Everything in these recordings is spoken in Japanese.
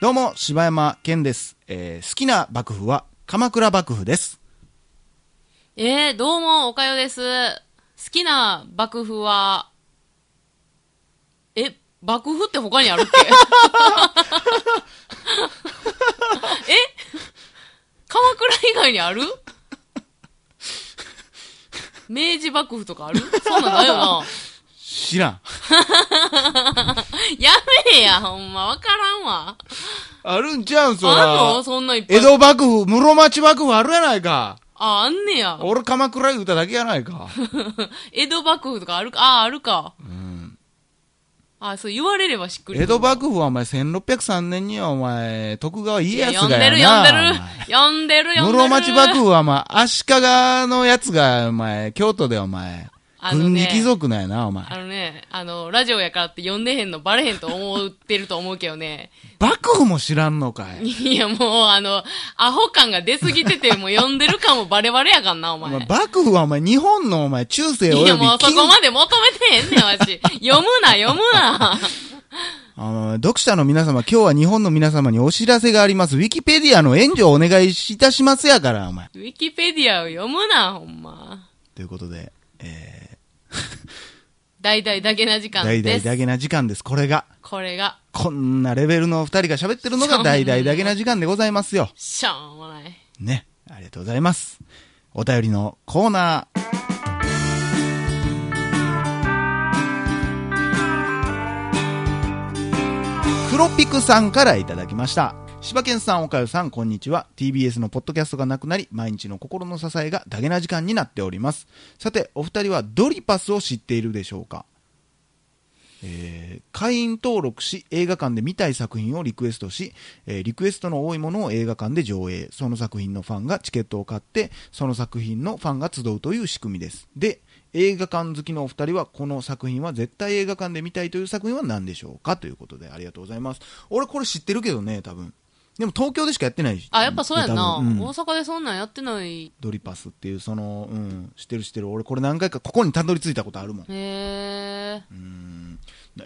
どうも、柴山健です。えー好きな幕府は鎌倉幕府です。えー、どうも、おかよです。好きな幕府は、え、幕府って他にあるっけ え鎌倉以外にある明治幕府とかあるそんなんないよな。知らん。やめえや、ほんま、わからんわ。あるんちゃうん、そあんらの。そんないっぱい。江戸幕府、室町幕府あるやないか。あ、あんねや。俺鎌倉言うただけやないか。江戸幕府とかあるか、あ、あるか。あ、そう言われればしっくりく江る。戸幕府はお前1603年にはお前、徳川家いや康呼んがでやる、な。呼んでる、呼んでる、呼んでる。室町幕府はお前、足利のやつがお前、京都でお前、あのね軍事貴族なんやな、お前。あのね、あの、ラジオやからって呼んでへんのバレへんと思ってると思うけどね。幕府も知らんのかい。いや、もう、あの、アホ感が出すぎてて、もう呼んでる感もバレバレやかんな、おお前。前幕府はお前、日本のお前、中世おいよや、びもうそこまで求めてへんねん、わし。読むな、読むな。あの、読者の皆様、今日は日本の皆様にお知らせがあります。ウィキペディアの援助をお願いいたしますやから、お前。ウィキペディアを読むな、ほんま。ということで、え大々だけな時ー、間大で々す。だけな時間です。これが、これが、こんなレベルの二人が喋ってるのが大々だけな時間でございますよ。しょうもない。ね。ありがとうございます。お便りのコーナー。黒ピクさんからいただきました。柴犬さん、おかよさん、こんにちは。TBS のポッドキャストがなくなり、毎日の心の支えがダゲな時間になっております。さて、お二人はドリパスを知っているでしょうかえー会員登録し映画館で見たい作品をリクエストし、えーリクエストの多いものを映画館で上映その作品のファンがチケットを買ってその作品のファンが集うという仕組みですで映画館好きのお二人はこの作品は絶対映画館で見たいという作品は何でしょうかということでありがとうございます俺これ知ってるけどね多分でも東京でしかやってないしあ、やっぱそうやんな。多分うん大阪でそんなんやってない。ドリパスっていうそのうん知ってる知ってる俺これ何回かここにたどり着いたことあるもんへえ。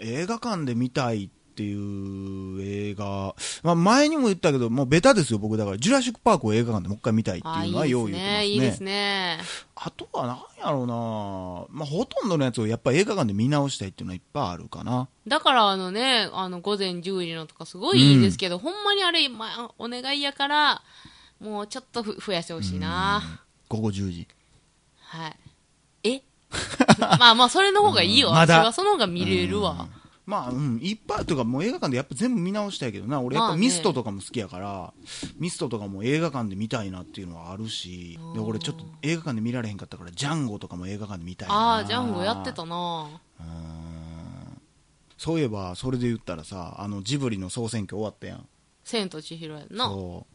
映画館で見たいっていう映画、まあ、前にも言ったけど、もうベタですよ、僕だから、ジュラシック・パークを映画館でもう一回見たいってあ、いいういのはでようす言ってね。いいまですすね。ね。あとはなんやろうな、まあ、ほとんどのやつをやっぱ映画館で見直したいっていうのはいっぱいあるかな。だからあのね、あの午前10時のとかすごいいいですけど、ほんまにあれ、まあ、お願いやから、もうちょっとふ増やしてほしいな。午後10時。はい。え まあまあ、それの方がいいよ。うんまだ私はその方が見れるわ。まあ、うん、いっぱいというか、もう映画館でやっぱ全部見直したいけどな、俺やっまぱあねミストとかも好きやから、ミストとかも映画館で見たいなっていうのはあるし、で、俺ちょっと映画館で見られへんかったから、ジャンゴとかも映画館で見たいな。ああ、ジャンゴやってたな。うーんそういえばそれで言ったらさあのジブリの総選挙終わったやん千と千尋やんな。そ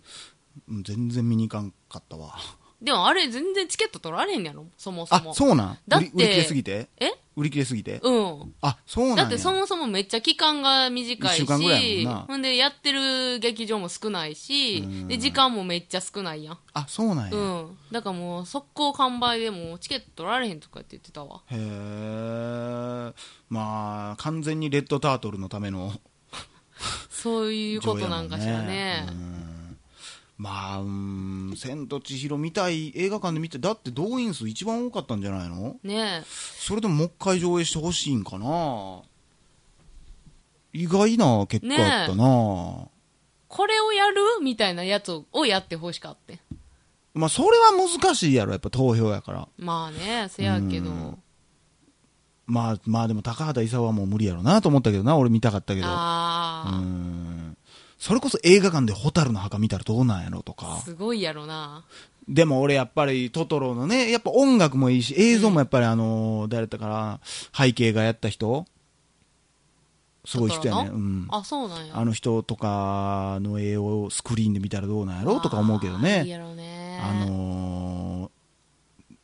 ううん全然見に行かんかったわでもあれ全然チケット取られへんやろ、そもそあも。そうなんだっ売てり売り切れすぎてえ売り切れすぎてうん。あそうなんだやってそもそもめっちゃ期間が短い一週し、間ぐらいやもんなほんでやってる劇場も少ないし、で、時間もめっちゃ少ないやん。あそうなんや、うん。だからもう、速攻完売でもうチケット取られへんとかって言ってたわ。へえまあ完全にレッドタートルのためのそういうことなんかしらね。うんまあうん「千と千尋」見たい映画館で見てだって動員数一番多かったんじゃないのねそれでももう一回上映してほしいんかな意外な結果やったな、え。これをやるみたいなやつををやってほしかって。まあそれは難しいやろやっぱ投票やからまあね、せやけど。うんまあまあでも高畑勲はもう無理やろなと思ったけどな俺見たかったけどうあんそれこそ映画館で「蛍の墓」見たらどうなんやろとあ、かすごいやろな。でも俺やっぱりトトロのねやっぱ音楽もいいし映像もやっぱりあのー誰だったから背景がやった人すごい人やねトトロのうんあ、そうなんや。あの人とかの絵をスクリーンで見たらどうなんやろうとか思うけどあーいいね、やろね。あの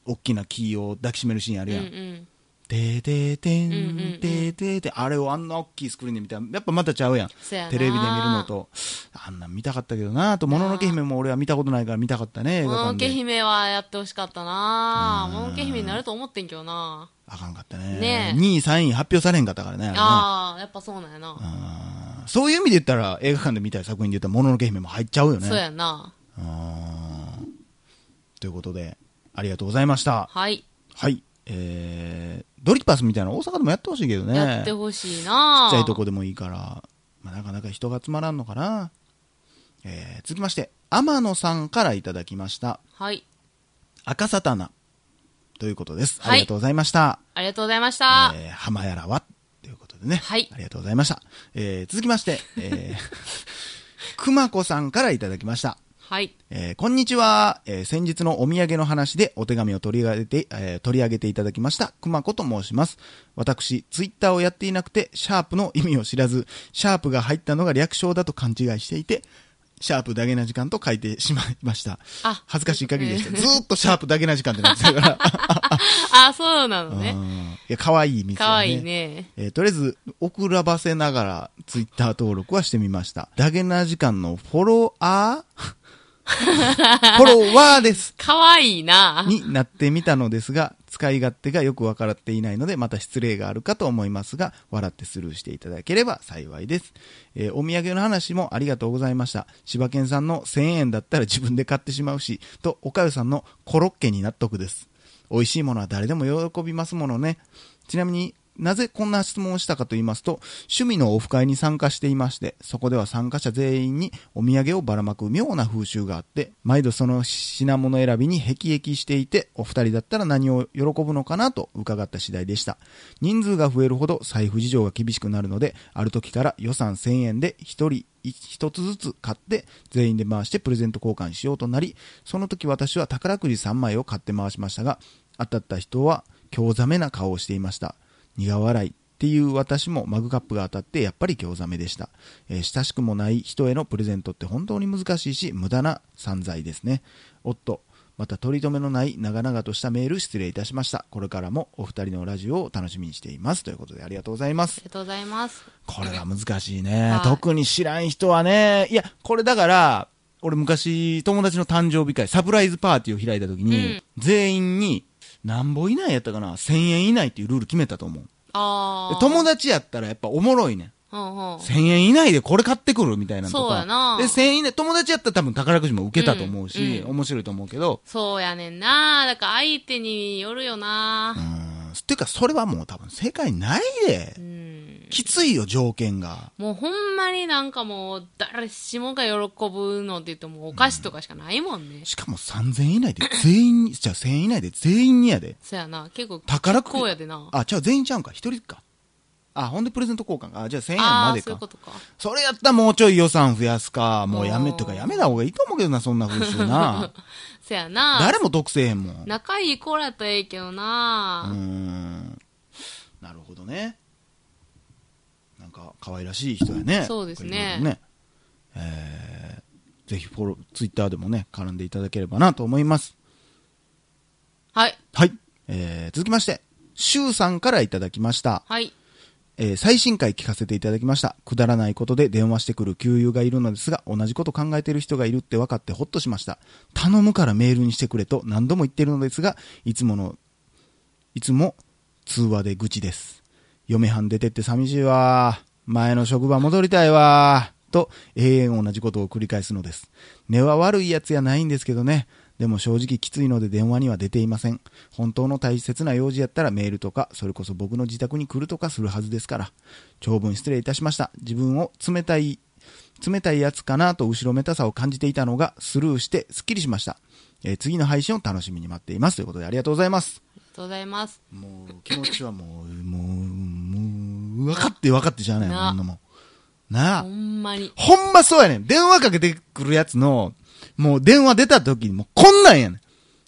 ー、大きなキーを抱きしめるシーンあるうんや。うんん。てーてーてーん、うんうんうんてーてーてーあれをあんな大きいスクリーンで見たら、やっぱまたちゃうやん。せやなテレビで見るのと。あんなん見たかったけどなと、もののけ姫も俺は見たことないから見たかったね、映も画のの館けで。姫はやってほしかったなもののけ姫になると思ってんけどなあかんかったね。ねえ2位、3位発表されへんかったからね、あれね。ああ、やっぱそうなんやな。あうんそういう意味で言ったら、映画館で見たい作品で言ったら、もののけ姫も入っちゃうよね。そうやな。うんということで、ありがとうございました。はい。はい。えー、ドリパスみたいなの大阪でもやってほしいけどね。やってちっほしいな。ちゃいとこでもいいから、まあ、なかなか人が集まらんのかな。えー、続きまして、天野さんからいただきました。はい。赤サタナ。ということです。はいありがとうございました。ありがとうございました。えー、浜やらは、ということでね。はいありがとうございました。えー、続きまして、えー、 熊子さんからいただきました。はい。 えーこんにちは、えー先日のお土産の話でお手紙を取り上げて、えー取り上げていただきました、熊子と申します。私、ツイッターをやっていなくて、シャープの意味を知らず、シャープが入ったのが略称だと勘違いしていて、シャープだけな時間と書いてしまいました。あ恥ずかしい限りでした。ずーっとシャープだけな時間ってなってたから。あ、そうなのうん ね。いや、可愛い店、ね。かわいいね。えーとりあえず、遅らばせながら、ツイッター登録はしてみました。ダゲな時間のフォロワー フォロワーですかわいいな。になってみたのですが、使い勝手がよくわからっていないので、また失礼があるかと思いますが、笑ってスルーしていただければ幸いです。えーお土産の話もありがとうございました。柴犬さんの1000円だったら自分で買ってしまうし、と、おかゆさんのコロッケに納得です。美味しいものは誰でも喜びますものね。ちなみになぜこんな質問をしたかと言いますと、趣味のオフ会に参加していまして、そこでは参加者全員にお土産をばらまく妙な風習があって、毎度その品物選びに辟易していて、お二人だったら何を喜ぶのかなと伺った次第でした。人数が増えるほど財布事情が厳しくなるので、ある時から予算1000円で一人一つずつ買って、全員で回してプレゼント交換しようとなり、その時私は宝くじ3枚を買って回しましたが、当たった人は興ざめな顔をしていました。苦笑いっていう私もマグカップが当たってやっぱり興ざめでした、えー親しくもない人へのプレゼントって本当に難しいし無駄な散財ですねおっとまた取り留めのない長々としたメール失礼いたしましたこれからもお二人のラジオを楽しみにしていますということでありがとうございまあすりがとうございます。これが難しいね、はい特に知らん人はねいやこれだから俺昔友達の誕生日会サプライズパーティーを開いた時に、うん全員に何本以内やったかな1000円以内っていうルール決めたと思うあであ。友達やったらやっぱおもろいねん。うんうん。 1000円以内でこれ買ってくるみたいなのとか。そうやなで、1000円以内、友達やったら多分宝くじも受けたと思うし、うんう面白いと思うけど、そうやねんな。だから相手によるようーな。ん、てかそれはもう多分世界ないでう。ん。きついよ、条件が。もうほんまになんかもう誰しもが喜ぶのって言ってもお菓子とかしかないもんね。しかも3000円以内で全員に、じゃあ1000円以内で全員にやで。そうやな。結構、宝くじこうやでな。あ、じゃあ全員ちゃうんか、1人か。あ、ほんでプレゼント交換か。あ、じゃあ1000円まああー、でそういうかこ。とか。それやったらもうちょい予算増やすか、もうやめおーとかやめた方がいいと思うけどな、そんな風 習な。そうやな。誰も得せえへんもん。仲いい子らとええけうーどな、んなるほどねなんか可愛らしい人やねそうですねこれねえーぜひフォローツイッターでもね絡んでいただければなと思いますはい。はい、えー続きましてシュウさんからいただきましたはい。えー最新回聞かせていただきました。くだらないことで電話してくる給油がいるのですが、同じこと考えている人がいるって分かってほっとしました。頼むからメールにしてくれと何度も言ってるのですが、いつもの、いつも通話で愚痴です。嫁はん出てって寂しいわ。前の職場戻りたいわ。と、永遠同じことを繰り返すのです。根は悪いやつやないんですけどね。でも正直きついので電話には出ていません。本当の大切な用事やったらメールとか、それこそ僕の自宅に来るとかするはずですから。長文失礼いたしました。自分を冷たい、冷たいやつかなと後ろめたさを感じていたのがスルーしてスッキリしました。えー次の配信を楽しみに待っています。ということでありがとうございます。ありがとうございます。もう気持ちはもう、もう、もう、分かって分かってじゃあないもんなこんなもん。なほあ。んまに。ほんまそうやねん。電話かけてくるやつの、もう電話出た時にもうこんなんやねん。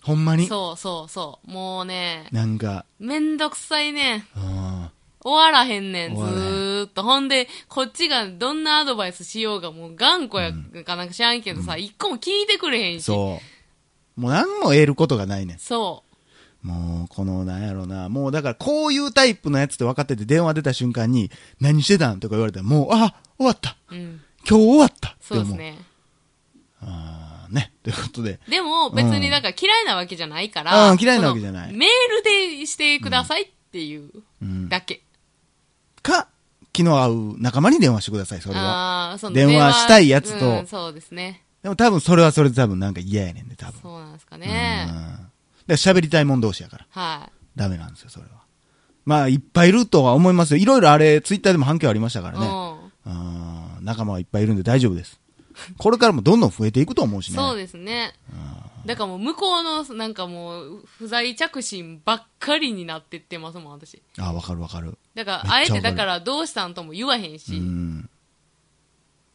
ほんまに。そうそうそう。もうね、なんか、めんどくさいねん。うん。終わらへんねん、ず終わらへんーっと。ほんで、こっちがどんなアドバイスしようが、もう頑固やかなんか知らんけどさ、一個も聞いてくれへんし。そう。そう。もう何も得ることがないねん。そもう、この、なんやろな。もうだから、こういうタイプのやつって分かってて、電話出た瞬間に、何してたんとか言われたら、もう、あ、終わった。う。うん。今日終わったってそう思う。ですね。あーね。ということで、でも、別になんか嫌いなわけじゃないから。うん嫌いなわけじゃないそのメールでしてくださいっていうだけ。か、気の合う仲間に電話してください、それは。ああ、その電話したいやつとうんそうですね。でも多分それはそれで多分なんか嫌やねんで、多分。そうなんですかうね。ん。で、喋りたいもん同士やから。はダメなんですよ、それは。まあ、いっぱいいるとは思いますよ。いろいろあれ、ツイッターでも反響ありましたかい。らね。うんうん。仲間はいっぱいいるんで大丈夫です。これからもどんどん増えていくと思うしね。そうですね。だからもう向こうの、なんかもう、不在着信ばっかりになってってますもん、私。ああ、わかるわかる。だから、あめえっちゃわかるてだからどうしたんとも言わへんうし。ん。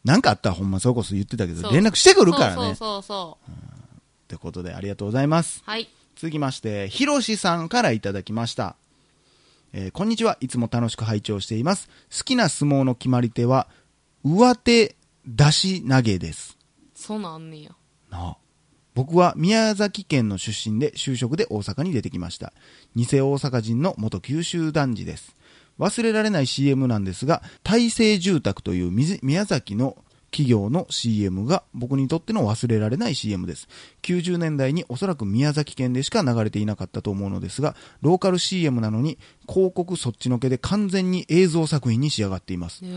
なんかあったらほんまそれこそ言ってたけそど、う連絡してくるからね。そうっそうそうそう。てことでありがとうございます。はい。続きまして、ひろしさんからいただきました。えーこんにちは。いつも楽しく拝聴しています。好きな相撲の決まり手は、上手出し投げです。そうなんねや。なあ僕は宮崎県の出身で就職で大阪に出てきました。偽大阪人の元九州男児です。忘れられない CM なんですが、大成住宅というみ宮崎の企業の CM が僕にとっての忘れられない CM です。90年代におそらく宮崎県でしか流れていなかったと思うのですが、ローカル CM なのに広告そっちのけで完全に映像作品に仕上がっています。へ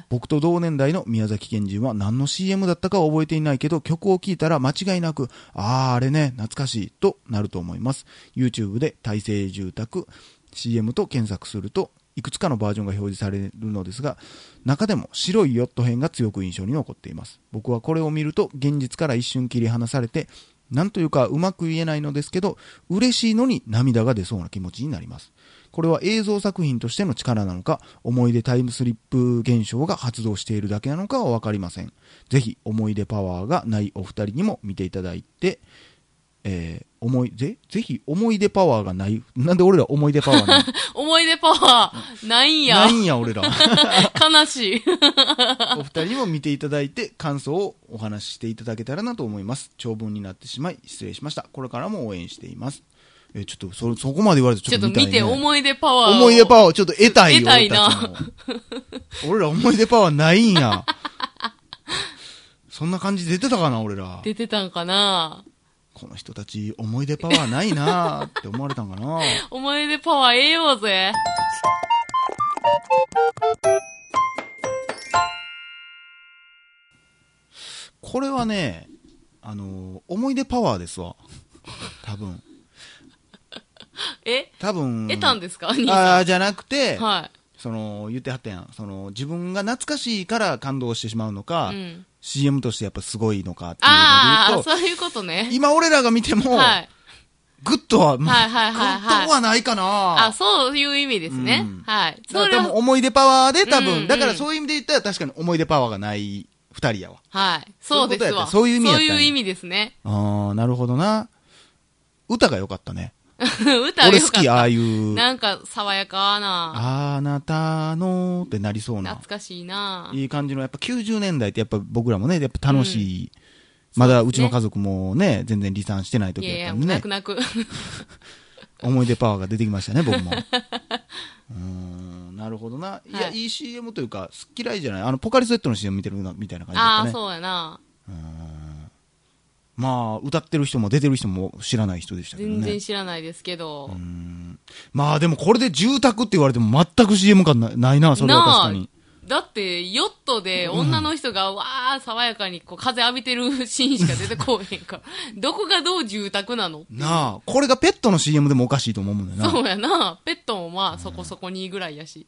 え。僕と同年代の宮崎県人は何の CM だったかは覚えていないけど曲を聴いたら間違いなくあああれね懐かしいとなると思います YouTube で大成住宅 CM と検索するといくつかのバージョンが表示されるのですが中でも白いヨット編が強く印象に残っています僕はこれを見ると現実から一瞬切り離されてなんというかうまく言えないのですけど嬉しいのに涙が出そうな気持ちになりますこれは映像作品としての力なのか、思い出タイムスリップ現象が発動しているだけなのかはわかりません。ぜひ、思い出パワーがないお二人にも見ていただいて、えー思い、ぜ、ぜひ、思い出パワーがない、なんで俺ら思い出パワーない思い出パワー、 ないんやな。いんや、俺ら。悲し い。お二人にも見ていただいて、感想をお話ししていただけたらなと思います。長文になってしまい、失礼しました。これからも応援しています。えーちょっと、そ、そこまで言われてちちょょっとっと見たい、見ね、て、思い出パワーを。思い出パワーをちょっと得たいよ。得たい俺なちも。俺ら思い出パワーないんや。 そんな感じ出てたかな、俺ら。出てたんかなこの人たち思い出パワーないなって思われたんかな。思い出パワーええようぜ。これはね、あのー思い出パワーですわ。多分。え多分。得たんですか兄あさあ、じゃなくて、ん。はその、言ってはったやん。その、自分が懐かしいから感動してしまうのか、い。うん。 CM としてやっぱすごいのかっていうあのであ、言うそういうことと、ね。今俺らが見ても、はい。グッとは、まあはいはいはいはいグッとはないかな。あ、そういう意味ですねうん。はい。だそかられ多分は、思い出パワーで多分、うんうんだからそういう意味で言ったら確かに思い出パワーがない二人やわ。はい。そうですわ。そういうことやったそういう意味やったんやそういう意味ですね。ああ、なるほどな。歌が良かったね。歌 俺よ好かっき、た。ああいう、なんか、爽やかな。あなたのってなりそうな懐、かしいないい感じの、やっぱ90年代ってやっぱ僕らもね、やっぱ楽しい。まだうちの家族もね、全然離散してないい時やいやっや、たんで泣ねく、泣く。 思い出パワーが出てきましたね、僕も。うーん、なるほどな。いや、はいい、い CM というか、好き嫌いじゃない。あの、ポカリスエットの CM 見てるなみたいな感じだったあね。あ、そうやな。まあ、歌ってる人も出てる人も知らない人でしたけど全然ね。知らないですけど。まあでもこれで住宅って言われても全く CM 感なないな、それは確かに。あだって、ヨットで女の人が、わー、爽やかにこう風浴びてるシーンしか出てこうへん から。どこがどう住宅なのなあ、これがペットの CM でもおかしいと思うもんだよな。そうやな。ペットもまあ、そこそこにぐらいやし。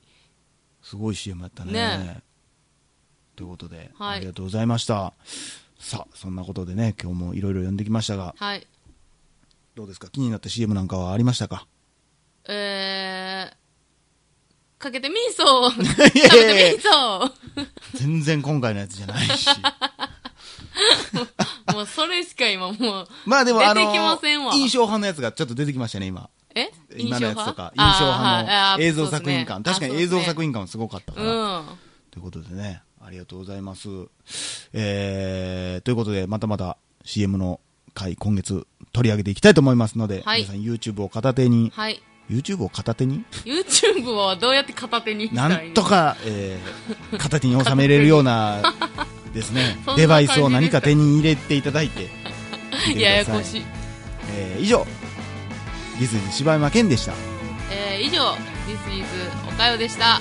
すごい CM だったね。ねということで、はいありがとうございました。さあ、そんなことでね、今日もいろいろ読んできましたが、はい。どうですか気になった CM なんかはありましたかえー、かけてみーそーかいけやいやいてやみーそ全然今回のやつじゃない し。ーもうそれしか今もう、まあでもあの出てきませんわ、印象派のやつがちょっと出てきましたね、今。え今のやつとか、印あー象はいあ派のー映像作品感。そうっ確すかねに映像作品感はすごかったから。あそうっすねということでね、ありがとうございます。えー、ということで、またまた CM の回、今月取り上げていきたいと思いますので、はい皆さん YouTube を片手にうん。、はい。 YouTube を片手に、 YouTube はどうやって片手にしなたらいいんとのか、えー、片手に収めれるような、ですね そんな感じですか、デバイスを何か手に入れていただいて、見てくださややこしい。えー以上、ギスギス柴山健でした。えー、以上、This is おかよでした。